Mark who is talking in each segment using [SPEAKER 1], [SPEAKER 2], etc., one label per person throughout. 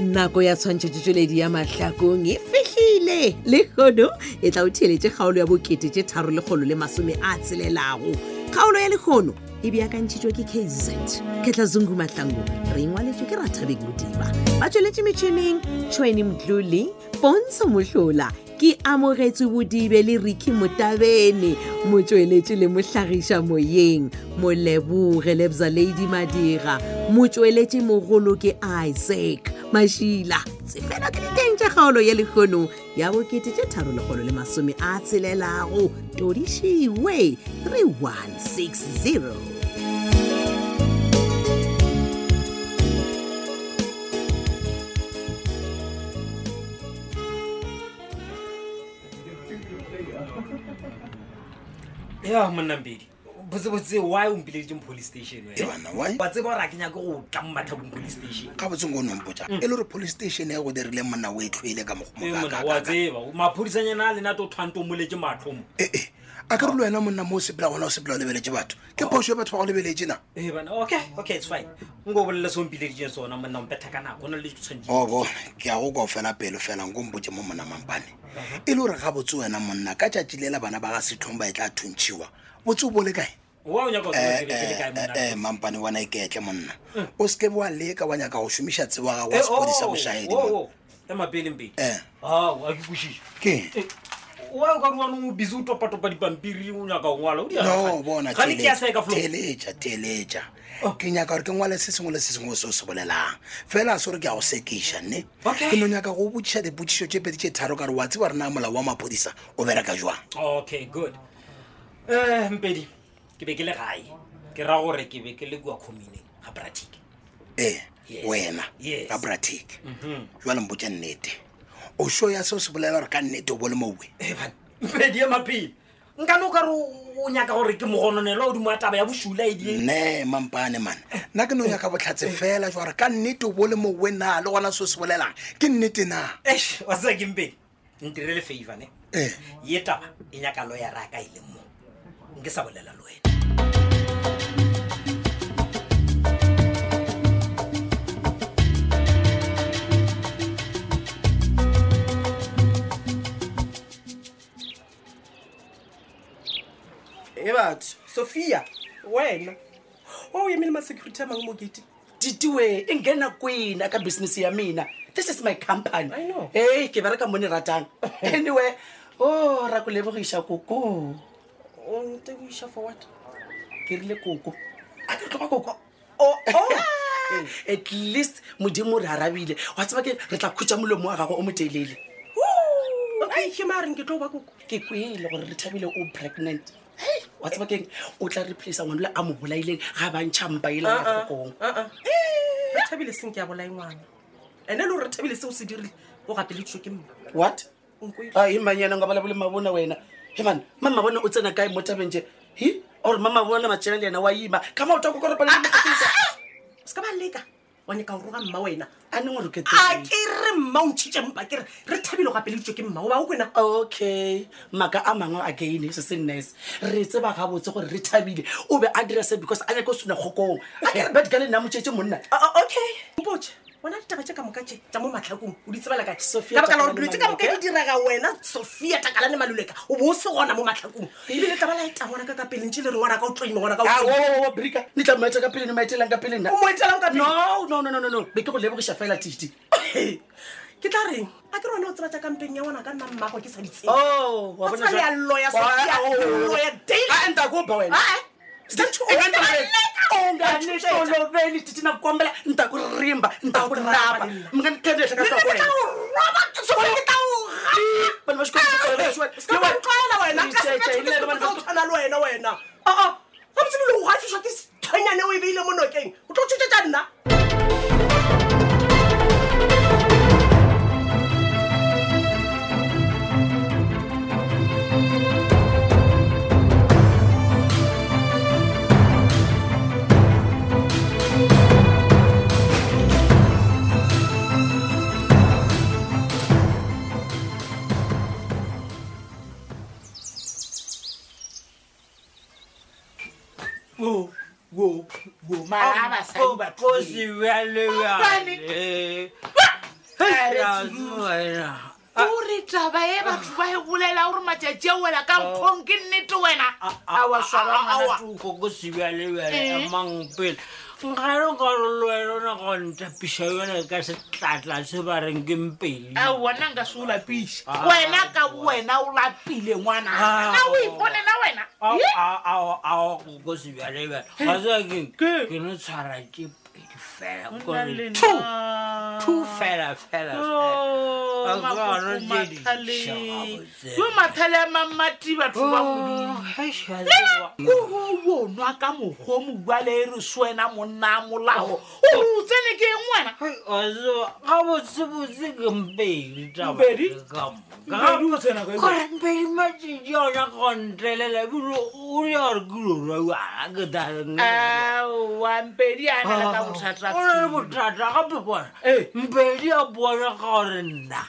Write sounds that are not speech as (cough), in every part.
[SPEAKER 1] nako ya tshwantšhetšotšweledi ya mahlakong e fihlile le kgono e tla o theletše kgaolo ya bokete tše tharo lekgolo le masome a tselelago kgaolo ya lekgono e beakantšhitšwe ke kz ketla zungu mahlango re ngwaletšwe ke rathabeng modiba ba tšweletše metšhineng tšhweni mdlole pontsho mohlola ke amogetswe bodibe le riki motabene motsweletše le mohlagiša moyeng moleboge lebza ladi madira motsweletše mogolo ke isaac mašila tsefela ka diteng tša kgaolo ya lekgono ya bokete tše tharologolo le masome a tselelago todišiwe 3160
[SPEAKER 2] ya monnapedi botsebotse why o mpileditse mo police station wena?
[SPEAKER 3] e banna wy
[SPEAKER 2] wa tseba gore a ke nyake go tla mo matlhabong police station
[SPEAKER 3] ga botseng o nompotsa e le gore police station ya go dirile monna o e tlhoile ka
[SPEAKER 2] Mm. e mona wa
[SPEAKER 3] mogomoee
[SPEAKER 2] tseba maphodisanyana a lenate o tshwanto o moletse matlhomo
[SPEAKER 3] ee a ka re
[SPEAKER 2] Ah.
[SPEAKER 3] le wena monna mo o sepela gona o sepela o lebeletse batho ke phoso ya batho ba go lebeletse na
[SPEAKER 2] Eh, bana, okay okay it's fine nko bolele se o mpileditseng sona monna ompetha ka nako o na le tshwanetse
[SPEAKER 3] o bone ke ya go kwa o fela pelo fela nko mpotse mo mona mampane
[SPEAKER 2] Uh-huh.
[SPEAKER 3] e le gore ga botse wena monna ka tšatši lela bana ba ga setlhong ba e tla thuntšhiwa botse o bole kae
[SPEAKER 2] wa o nyaka go
[SPEAKER 3] Eh, eh,
[SPEAKER 2] tseba ke le kae monna? Mm.
[SPEAKER 3] eh, eh, mampane wana e ketle monna o seke be wa leka wa nyaka go šomiša tsebo ya gago
[SPEAKER 2] Eh,
[SPEAKER 3] wa sepodisa
[SPEAKER 2] oh,
[SPEAKER 3] bošaedi
[SPEAKER 2] oh, oh, ema pelempele
[SPEAKER 3] Eh.
[SPEAKER 2] ao a ke kwešiše
[SPEAKER 3] ke eng?
[SPEAKER 2] wa ka ruanong o busy o topatopa dipampiri o nyaka o ngwala o di
[SPEAKER 3] no bona
[SPEAKER 2] Gane ke ya sae ka flo
[SPEAKER 3] teletša teletša
[SPEAKER 2] Oh.
[SPEAKER 3] ke nyaka gore ke ngwale se sengwe le se sengwe se o se bolelang fela a se gore ke a go sekiša nne
[SPEAKER 2] Okay.
[SPEAKER 3] ke no nyaka go botšiša dipotšišo tše pedi tše tharo ka re wa tseba rena molao wa maphodisa o bereka jwang
[SPEAKER 2] okay good um mpedi ke be ke le gae ke ra gore ke be ke le kua communeng ga pratic
[SPEAKER 3] ee
[SPEAKER 2] Yes.
[SPEAKER 3] wena
[SPEAKER 2] Yes. Mm-hmm.
[SPEAKER 3] ka bratic jwale mpotša nnete o sho ya se o se bolela gore ka nnete o bo le moue
[SPEAKER 2] Eh, mpedi ya mapele nkane o kare o nyaka gore ke mogononelo o dimo a taba ya bošula e edie
[SPEAKER 3] nne mampane mane nna ke no nyaka
[SPEAKER 2] Eh.
[SPEAKER 3] botlhatse fela jwa gore ka nnete o bo le moue na le gona se o se bolelang ke nnete na
[SPEAKER 2] wa seka ke mpedi ntirele favane
[SPEAKER 3] ee
[SPEAKER 2] ye taba e nyaka loyara a ka e leng mo nke sa bolela le wena
[SPEAKER 4] e batho sophia wena o emele ma-security a mangwe mo gate
[SPEAKER 5] titiwe e nghena kwini aka business ya mina this is my company
[SPEAKER 4] I know.
[SPEAKER 5] hey ke bereka mo ni
[SPEAKER 4] (laughs)
[SPEAKER 5] ratang anyway o ra ku lebogisa koko
[SPEAKER 4] o nte o iša for what
[SPEAKER 5] ke rile koko a ke tloga koko Oh,
[SPEAKER 4] (laughs)
[SPEAKER 5] oh. at least modimo o re arabile wa tseba ke re tla khutsa molomo wa gago o motelele
[SPEAKER 4] ai ke maa reng ke tlo ba koko
[SPEAKER 5] ke kwele gore re thabile o pregnant Hei, wa tseba keng o tla replacea ngwanole a mo bolaileng ga bantšha mpa e leng
[SPEAKER 4] Uh-uh.
[SPEAKER 5] ya kokong
[SPEAKER 4] re thabile seng ke a bolae ngwana ande le gore re thabile seo se dirile o gapeleditso ke mma
[SPEAKER 5] what
[SPEAKER 4] Nkwele.
[SPEAKER 5] a imanyana nga balabole mabona wena hemane mamabona o tsena kae mo tabeng je hi ore mamabona matšena le yena wa ima ka maoto a
[SPEAKER 4] Ah,
[SPEAKER 5] kokoropalea
[SPEAKER 4] se ka ba leka wa nyaka go roga mma wena
[SPEAKER 5] a neng ore ke
[SPEAKER 4] a
[SPEAKER 5] teng?
[SPEAKER 4] ke re mma o ntšhitše mpa ke re re thabile o gapeleditso ke mma o ba o kwena
[SPEAKER 5] okay maaka a mangwe again se se nnes re tseba gabotse gore re thabile o be a dira se because a nyake o sena kgokong a ke re bedika le nna motšetse monna
[SPEAKER 4] Ah, okay mpoe wona ditaba tse ka moka tse tsa mo matlhakong o di tsebela kae
[SPEAKER 5] Sophia
[SPEAKER 4] ka baka la
[SPEAKER 5] Takalane
[SPEAKER 4] gore dilo tse ka moka
[SPEAKER 5] Maluleka.
[SPEAKER 4] di diraga wena sophia takalane maluleka o bo o se gona mo matlhakong ebile taba la eta ngwana ka ka peleng tse le re ngwana ka o tloime ngwana ka o
[SPEAKER 5] Ah,
[SPEAKER 4] tloime.
[SPEAKER 5] wa- wa- wa- brika ni tla moetsa ka pele ni maetelang ka pele nna
[SPEAKER 4] O mo etelang ka pele?
[SPEAKER 5] no no no, no no, no be ke go lebogisa fela
[SPEAKER 4] (coughs)
[SPEAKER 5] tite
[SPEAKER 4] ke tla reng a ke re wena o tseba tsa kampeng ya ngwana ka nna mmago ke sa ditse
[SPEAKER 5] Oh, wa bona
[SPEAKER 4] Wa tseba
[SPEAKER 5] jwale-
[SPEAKER 4] leallo ya
[SPEAKER 5] Wa-
[SPEAKER 4] Sophia,
[SPEAKER 5] oh, oh, oh.
[SPEAKER 4] leallo ya daily.
[SPEAKER 5] Ah, enta kopa wena. e unganitoloveli titina kukombela nta ku rimba nta ku rapa Oh,
[SPEAKER 4] gabotsebile e o gatlhiswa ke sethonyane o e beile mo nokeng o tlo tshutsetsa nna
[SPEAKER 2] Ao, ao, ao, ao, ao, ao, ao, ao, ao, ore taba e batho ba e bolela gore matšatši a wela ka nkgong ke nnete wena
[SPEAKER 5] Ah, awaswaaaatuko sebja le wena mangpele nkare kare le wena ona go ntapisa yone ka setlatla se ba reng ke mpeli
[SPEAKER 2] a Eh, wena nka se o lapiša wena ka wena o lapile ngwana na o iponela wena
[SPEAKER 5] Ah,
[SPEAKER 2] Ye.
[SPEAKER 5] aokoko sebja le wena ga sea keng ke no tshwara ke pedi fela kore two two fela fela fela.
[SPEAKER 2] Oh,
[SPEAKER 5] Ga ka no
[SPEAKER 2] magogo
[SPEAKER 5] tse dišwa
[SPEAKER 2] mathale.
[SPEAKER 5] gabotse.
[SPEAKER 2] yo mathale a mammati batho ba modimo kore o bonwa ka mokgwa mobua le e re swena monna a molao ore o tsene ke e eng wena
[SPEAKER 5] gabotsebotse ke mpedi
[SPEAKER 2] Mpedi?
[SPEAKER 5] kore mpedi matšedi ona kontelela ebile o yare kilorauaa ke dareng
[SPEAKER 2] awampedi a nela
[SPEAKER 5] Ah.
[SPEAKER 2] ka bothata
[SPEAKER 5] o na le bothata gape bona mpedi a bona ka gore nna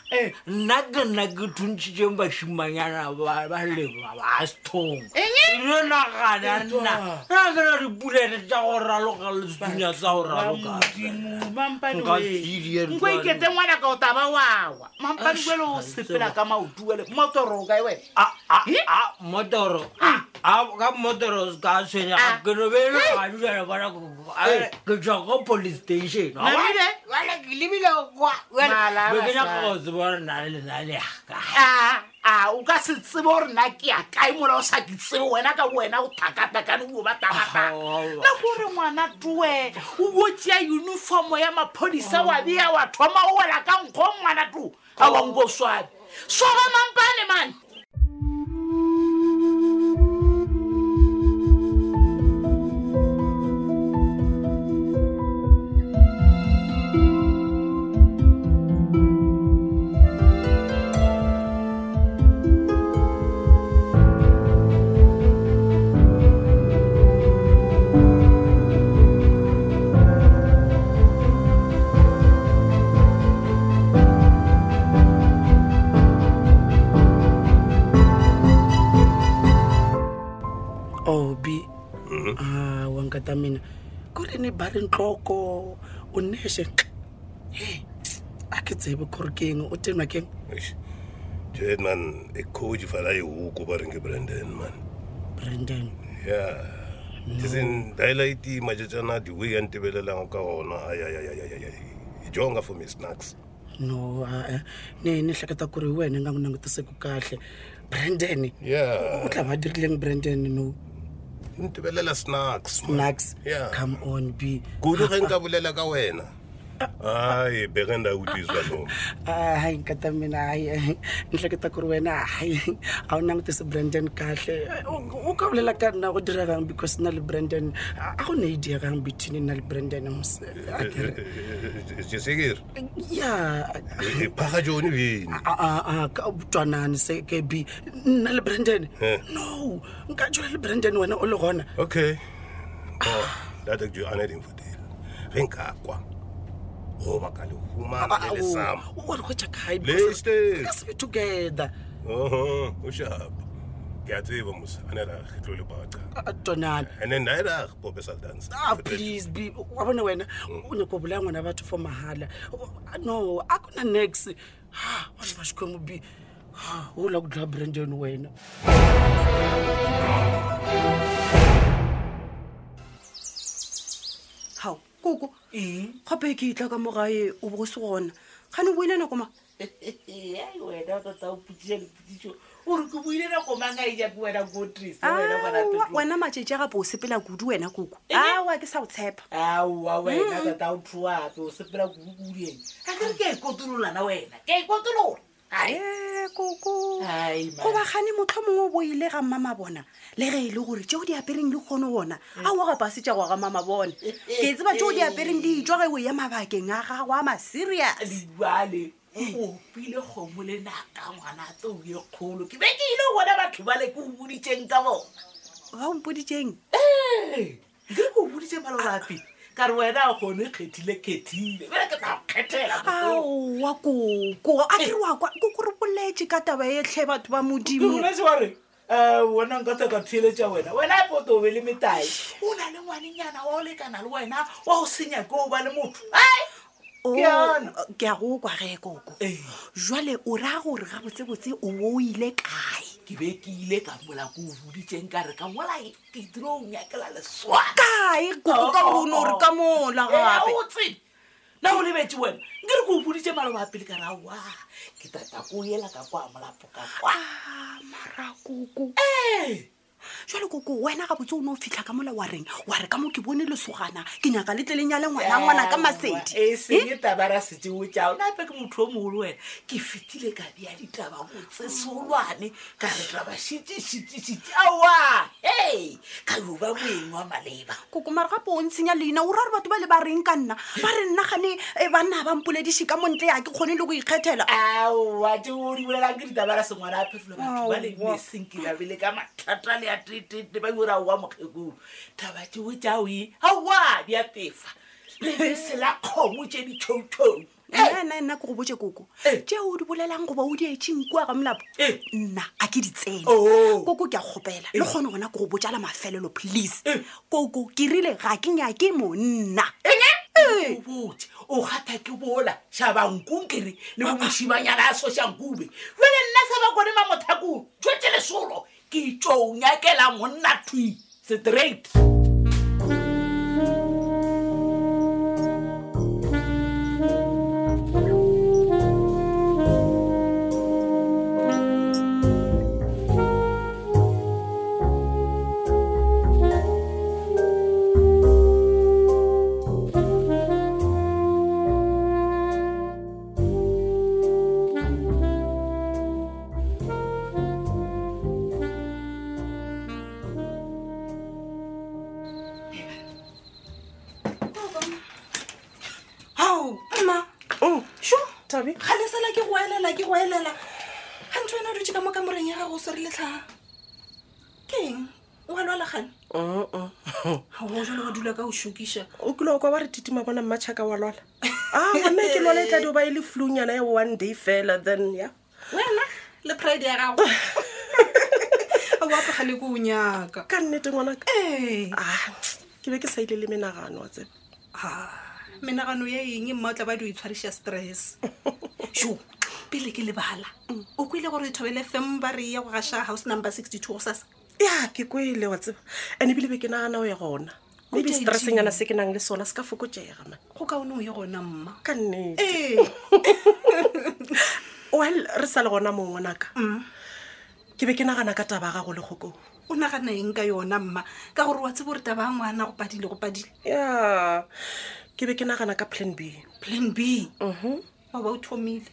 [SPEAKER 5] nna ke nna ke thuntšhitseng bašimanyana ba ba lema ba stong
[SPEAKER 2] Eng?
[SPEAKER 5] le nagana nna na ke na dipulete tša go raloka le setsunya sa go raloka Nka sidi e re
[SPEAKER 2] nko
[SPEAKER 5] jwale.
[SPEAKER 2] ikete ngwana ka o taba wawa mampane kuele o sepela ka maotu ele motoroka e wena
[SPEAKER 5] A- a- a- Ah, motoro A- a- ka motoro ka
[SPEAKER 2] Ah.
[SPEAKER 5] tshwenya ke no beele gadubjana bona ko- a- ke tswa ko police station A-
[SPEAKER 2] Namile?
[SPEAKER 5] wala ke lebile kwa
[SPEAKER 2] Mala
[SPEAKER 5] be ke
[SPEAKER 2] basadi.
[SPEAKER 5] nyaka go tsebo gore na le lena le yaka
[SPEAKER 2] a a o ka se tsebe gore na ke ya kae mola o sa ke tsebe wena ka wena o thakatakane o ba tabatang
[SPEAKER 5] Aowa.
[SPEAKER 2] na kore ngwana toe o bo tsea uniformo ya maphodisa wa bea wa thoma o wela ka nkgo ngwana to a wanko swabe swaba mampane mane
[SPEAKER 6] obi a wankata mina ku ri ni bari ntloko u nexe Hey, a ke tshevi ku ri keng u teni makeng
[SPEAKER 7] Jade man, a coach fella who covering Brandon man.
[SPEAKER 6] brandon
[SPEAKER 7] Yeah. Isn't highlight the majority the way and developing ka ona. Ay ay ay ay ay ay. Jonga for me snacks.
[SPEAKER 6] no a ni ni hleketa ku ri hi wena i nga n'wi langutiseku kahle brandon
[SPEAKER 7] Yeah.
[SPEAKER 6] u tla va dirileng brandon no
[SPEAKER 7] Ntibelela snacks. man.
[SPEAKER 6] nax
[SPEAKER 7] Yeah.
[SPEAKER 6] come on b
[SPEAKER 7] Kudu ge nka bolela ka wena. Ai, begenda utizwa lo.
[SPEAKER 6] hayi nkata mina hayi ni hleketa ku ri wena hayi a wu langutisi brandon kahle u- u kavulela ka na ku dira rugby because na le brandon a a wu ne yi diya rugby tini na le brandon mos- a ke re-
[SPEAKER 7] Jisigir.
[SPEAKER 6] ya
[SPEAKER 7] Phaga jone vini.
[SPEAKER 6] a- a- a ka butwanani se ke b nna le brandon
[SPEAKER 7] Eh.
[SPEAKER 6] no nka jula le brandon wena o le gona
[SPEAKER 7] Okay. Oh, data ke ana ding fotela. Ge nka kwa. Go ba ka le huma le sama.
[SPEAKER 6] o re go jaka hi
[SPEAKER 7] Listen.
[SPEAKER 6] be together
[SPEAKER 7] Oho, ushaba. Ngiyatsiba musa, anela hlule bacha.
[SPEAKER 6] A- a twanani
[SPEAKER 7] And then nayela Bob Saldans.
[SPEAKER 6] ah please b wa bona wena o ne ko bolaya ngwana batho for mahala O- a- no a ku na nex ha vanhu va xikwembu b
[SPEAKER 5] Ah,
[SPEAKER 6] u la ku dlaya brandon wena
[SPEAKER 4] gao koko gape ke itla ka mo gae o bo go se gona kgane o boile nakoma
[SPEAKER 2] Ai, wena o tota o putšile leputišo ore ke boile nako manga eja ke wena kotrisa
[SPEAKER 6] Ah,
[SPEAKER 4] wena matšetši a gape o sepela kudu wena koko aa ke sa go tshepa
[SPEAKER 2] aowa wena tota o thuape o sepela kukukudieng a kere ke a ikotololana wena ke a ikotolola ai
[SPEAKER 4] ee koko
[SPEAKER 2] Ai, man.
[SPEAKER 4] goba gane motlho mongwe o boile ga mmama bona le ge e le gore tšeo di apereng le kgone ona a o gapa se tša go ga mama bona ke e tseba tšeo di apereng di itswa ge o ya mabakeng a gago a maserius
[SPEAKER 2] lebale o opile kgomo lenaka ngwana a tsouye kgolo ke be ke ile o bona batho bale ke o boditseng ka bona
[SPEAKER 4] ba ompoditšeng
[SPEAKER 2] ee ke re ke o boditse malorapi ka re wena a kgone kgethile kgethile bele ke tao kgethela motlong.
[SPEAKER 4] aowa koko a kere wa kwa ko kore boletše ka taba etlhe batho ba
[SPEAKER 2] ke
[SPEAKER 4] modimo
[SPEAKER 2] boletse wa re um wena nka tsa ka theletša wena wena e poto o be le metae o na le ngwanenyana wa o lekana le wena wa go senyake o ba le motho ai
[SPEAKER 4] Oh,
[SPEAKER 2] Ke yona.
[SPEAKER 4] ke a go kwa ge koko jwale o raya gore ga botsebotse o bo o ile kae
[SPEAKER 2] ke be ke ile ka mola ko o boditseng ka re ka mola ke dirong yakela leswaka
[SPEAKER 4] kae koko ka bono gore ka mola
[SPEAKER 2] Eh,
[SPEAKER 5] Eh,
[SPEAKER 4] gape
[SPEAKER 2] otsebe na o lebetse wena nke re ko o boditse maloba pele ka ra wa ke tata ko o ela ka kwa molapo ka kwa Eh!
[SPEAKER 4] Ah, mara koko
[SPEAKER 2] ee
[SPEAKER 4] jwale koko wena ga botse o ne o fitlha ka mola wa reng wa re ka mo ke bone lesogana ke nyaka le tleleng ya le ngwana ngwana ka masedi Eh?
[SPEAKER 2] e seng tabara seteo tjao nape ke motho o mogolo wena ke fetile ka bea ditaba go tse solwane ka re taba šitešitešite aowa he ka yo ba moeng wa maleba
[SPEAKER 4] koko mara gape o ntshenya leina o ra gore batho ba le ba reng ka nna ba re nnagane banna ba mpoledise ka montle ya ke kgone le go ikgethela
[SPEAKER 2] aowa te o di bolelang ke ditabara sengwana a phefolo batho ba
[SPEAKER 4] Aowa.
[SPEAKER 2] lemeseng ke babele ka mathata le a tetete ba ora oa mokgekong taba teo tjaoe aowa di a pefa lebese la kgomo tse ditšhoutšhou
[SPEAKER 4] nna nna ke go botse koko
[SPEAKER 2] Eh.
[SPEAKER 4] tšeo o di bolelang goba o dietseng kua ka molapo
[SPEAKER 2] Eh.
[SPEAKER 4] nna a ke di tsene
[SPEAKER 2] Oh.
[SPEAKER 4] koko ke a kgopela le kgone gona ke go botsala mafelelo please
[SPEAKER 2] Eh.
[SPEAKER 4] koko ke rile ga ke nyake monna Eh.
[SPEAKER 2] eng botse o gata ke bola shabankong kere le bo moshimanyana a soshankube jale nna sa ba kone ma mothakong tswetse lesolo ke tsong yakela monna thui straight
[SPEAKER 8] ao mma
[SPEAKER 5] Oh.
[SPEAKER 8] sho tabe ga lesela ke go elela ke go elela ga ntho wena o dutse ka mo kamoreng ya gago o swere letlhaga ke eng o a lwalegane ga o jale wa dula ka go shokiša
[SPEAKER 5] Oh, o kile wa kwa ba re titima bona mmatšhaka wa
[SPEAKER 8] (laughs)
[SPEAKER 5] lwala a gonne ke lwala e tla dio ba e le flunyana ya one day fela then ya
[SPEAKER 8] wena le pride ya
[SPEAKER 5] (laughs)
[SPEAKER 8] gago o apogale ko o nyaka
[SPEAKER 5] ka nnete ngwanaka
[SPEAKER 8] ee
[SPEAKER 5] Ah, ke be ke sa ile le menagano wa tsebe
[SPEAKER 8] menagano ya eng mma o tla ba di o itshwarisa
[SPEAKER 5] (laughs)
[SPEAKER 8] stress sho pele ke lebala o kwile gore e thobele fem ba re ya go gaša house number sixty two go sasa
[SPEAKER 5] ya ke kwele wa tseba and ebile be ke nagana o ya gona maybe
[SPEAKER 8] Kotsi.
[SPEAKER 5] stressenyana se ke nang le sona se ka fokotsega ma
[SPEAKER 8] go ka o ne o ye gona mma
[SPEAKER 5] ka nnete
[SPEAKER 8] ee
[SPEAKER 5] (laughs) well re sa le gona mongwe naka
[SPEAKER 8] Mm.
[SPEAKER 5] ke be ke nagana ka taba ya gago le kgokong
[SPEAKER 8] o nagana eng ka yona mma ka gore wa tsebo gore taba ya ngwana go padile go padile
[SPEAKER 5] ya ke be ke nagana ka plan b Ah,
[SPEAKER 8] plan b
[SPEAKER 5] Mhm.
[SPEAKER 8] wa ba o thomile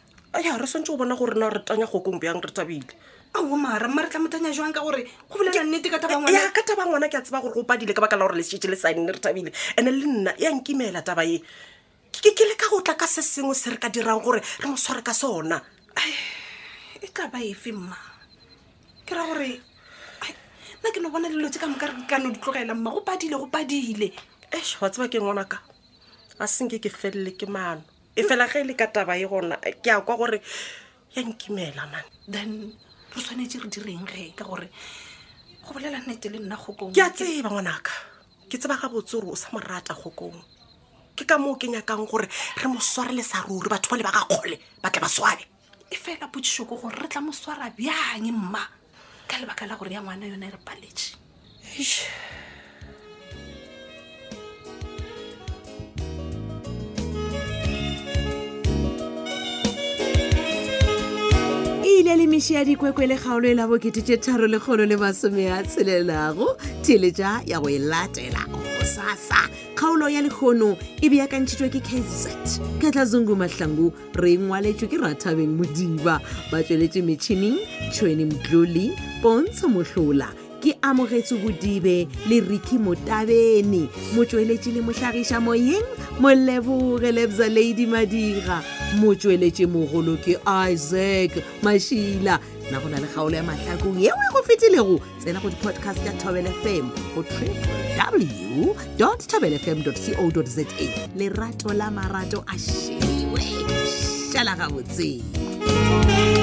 [SPEAKER 5] ya re swantse o bona gore na re tanya kgokong bjang re tabile
[SPEAKER 8] ao mara mma re tla motanya jwang ka gore go bolela nnete ka taba ya
[SPEAKER 5] Eh, ya
[SPEAKER 8] ngwana
[SPEAKER 5] ka taba ngwana ke a tseba gore go padile ka baka la gore lesetse le saenne re thabile and-e le nna ya nkimela taba ye ke ke leka go tla ka se sengwe se re ka dirang gore re mo sware ka sona
[SPEAKER 8] e tla ba efe mma ke ra gore ai, nna ke no bona dilo tse ka moka re kano di tlogela mma go padile go padile
[SPEAKER 5] es wa tseba ke ngwanaka a senke ke felele ke maano e fela ge e le ka taba ye gona eh, ke a kwa gore ya nkimela man
[SPEAKER 8] then re tshwanetse re direng ge ka gore go bolela nnete le nna gokong
[SPEAKER 5] ke a tseba ngwanaka ke tseba ga botse gore o sa mo rata kgokong ke ka moo ke nyakang gore re mo sware le sa ruri batho ba le ba ka kgole ba tle ba swale
[SPEAKER 8] e fela potsiso ko gore re tla mo swara bjang mma ka lebaka la gore ya ngwana yone e re paletse
[SPEAKER 1] e ile le mešhi ya dikwekwe le kgaolo e la bokete tše tharo lekgolo le masome a tshelelago theletša ya go e latela go sasa kgaolo ya lekgono e beakantšhitšwe ke kz ka tlazungu mahlangu re ngwaletšwe ke rathabeng modiba ba tsweletše metšhining tšhweni mtlole pontsho mohlola ke amogetse bodibe le riki motabene motsweletše le mohlagiša moyeng moleboge lebza ladi madira motsweletše mogolo ke isaac mašila na go na le kgaolo ya mahlakong yeo e go fetilego tsena go di-podcast ya tobel fm go www tobel fm co za lerato la marato a shewe šala gabotseng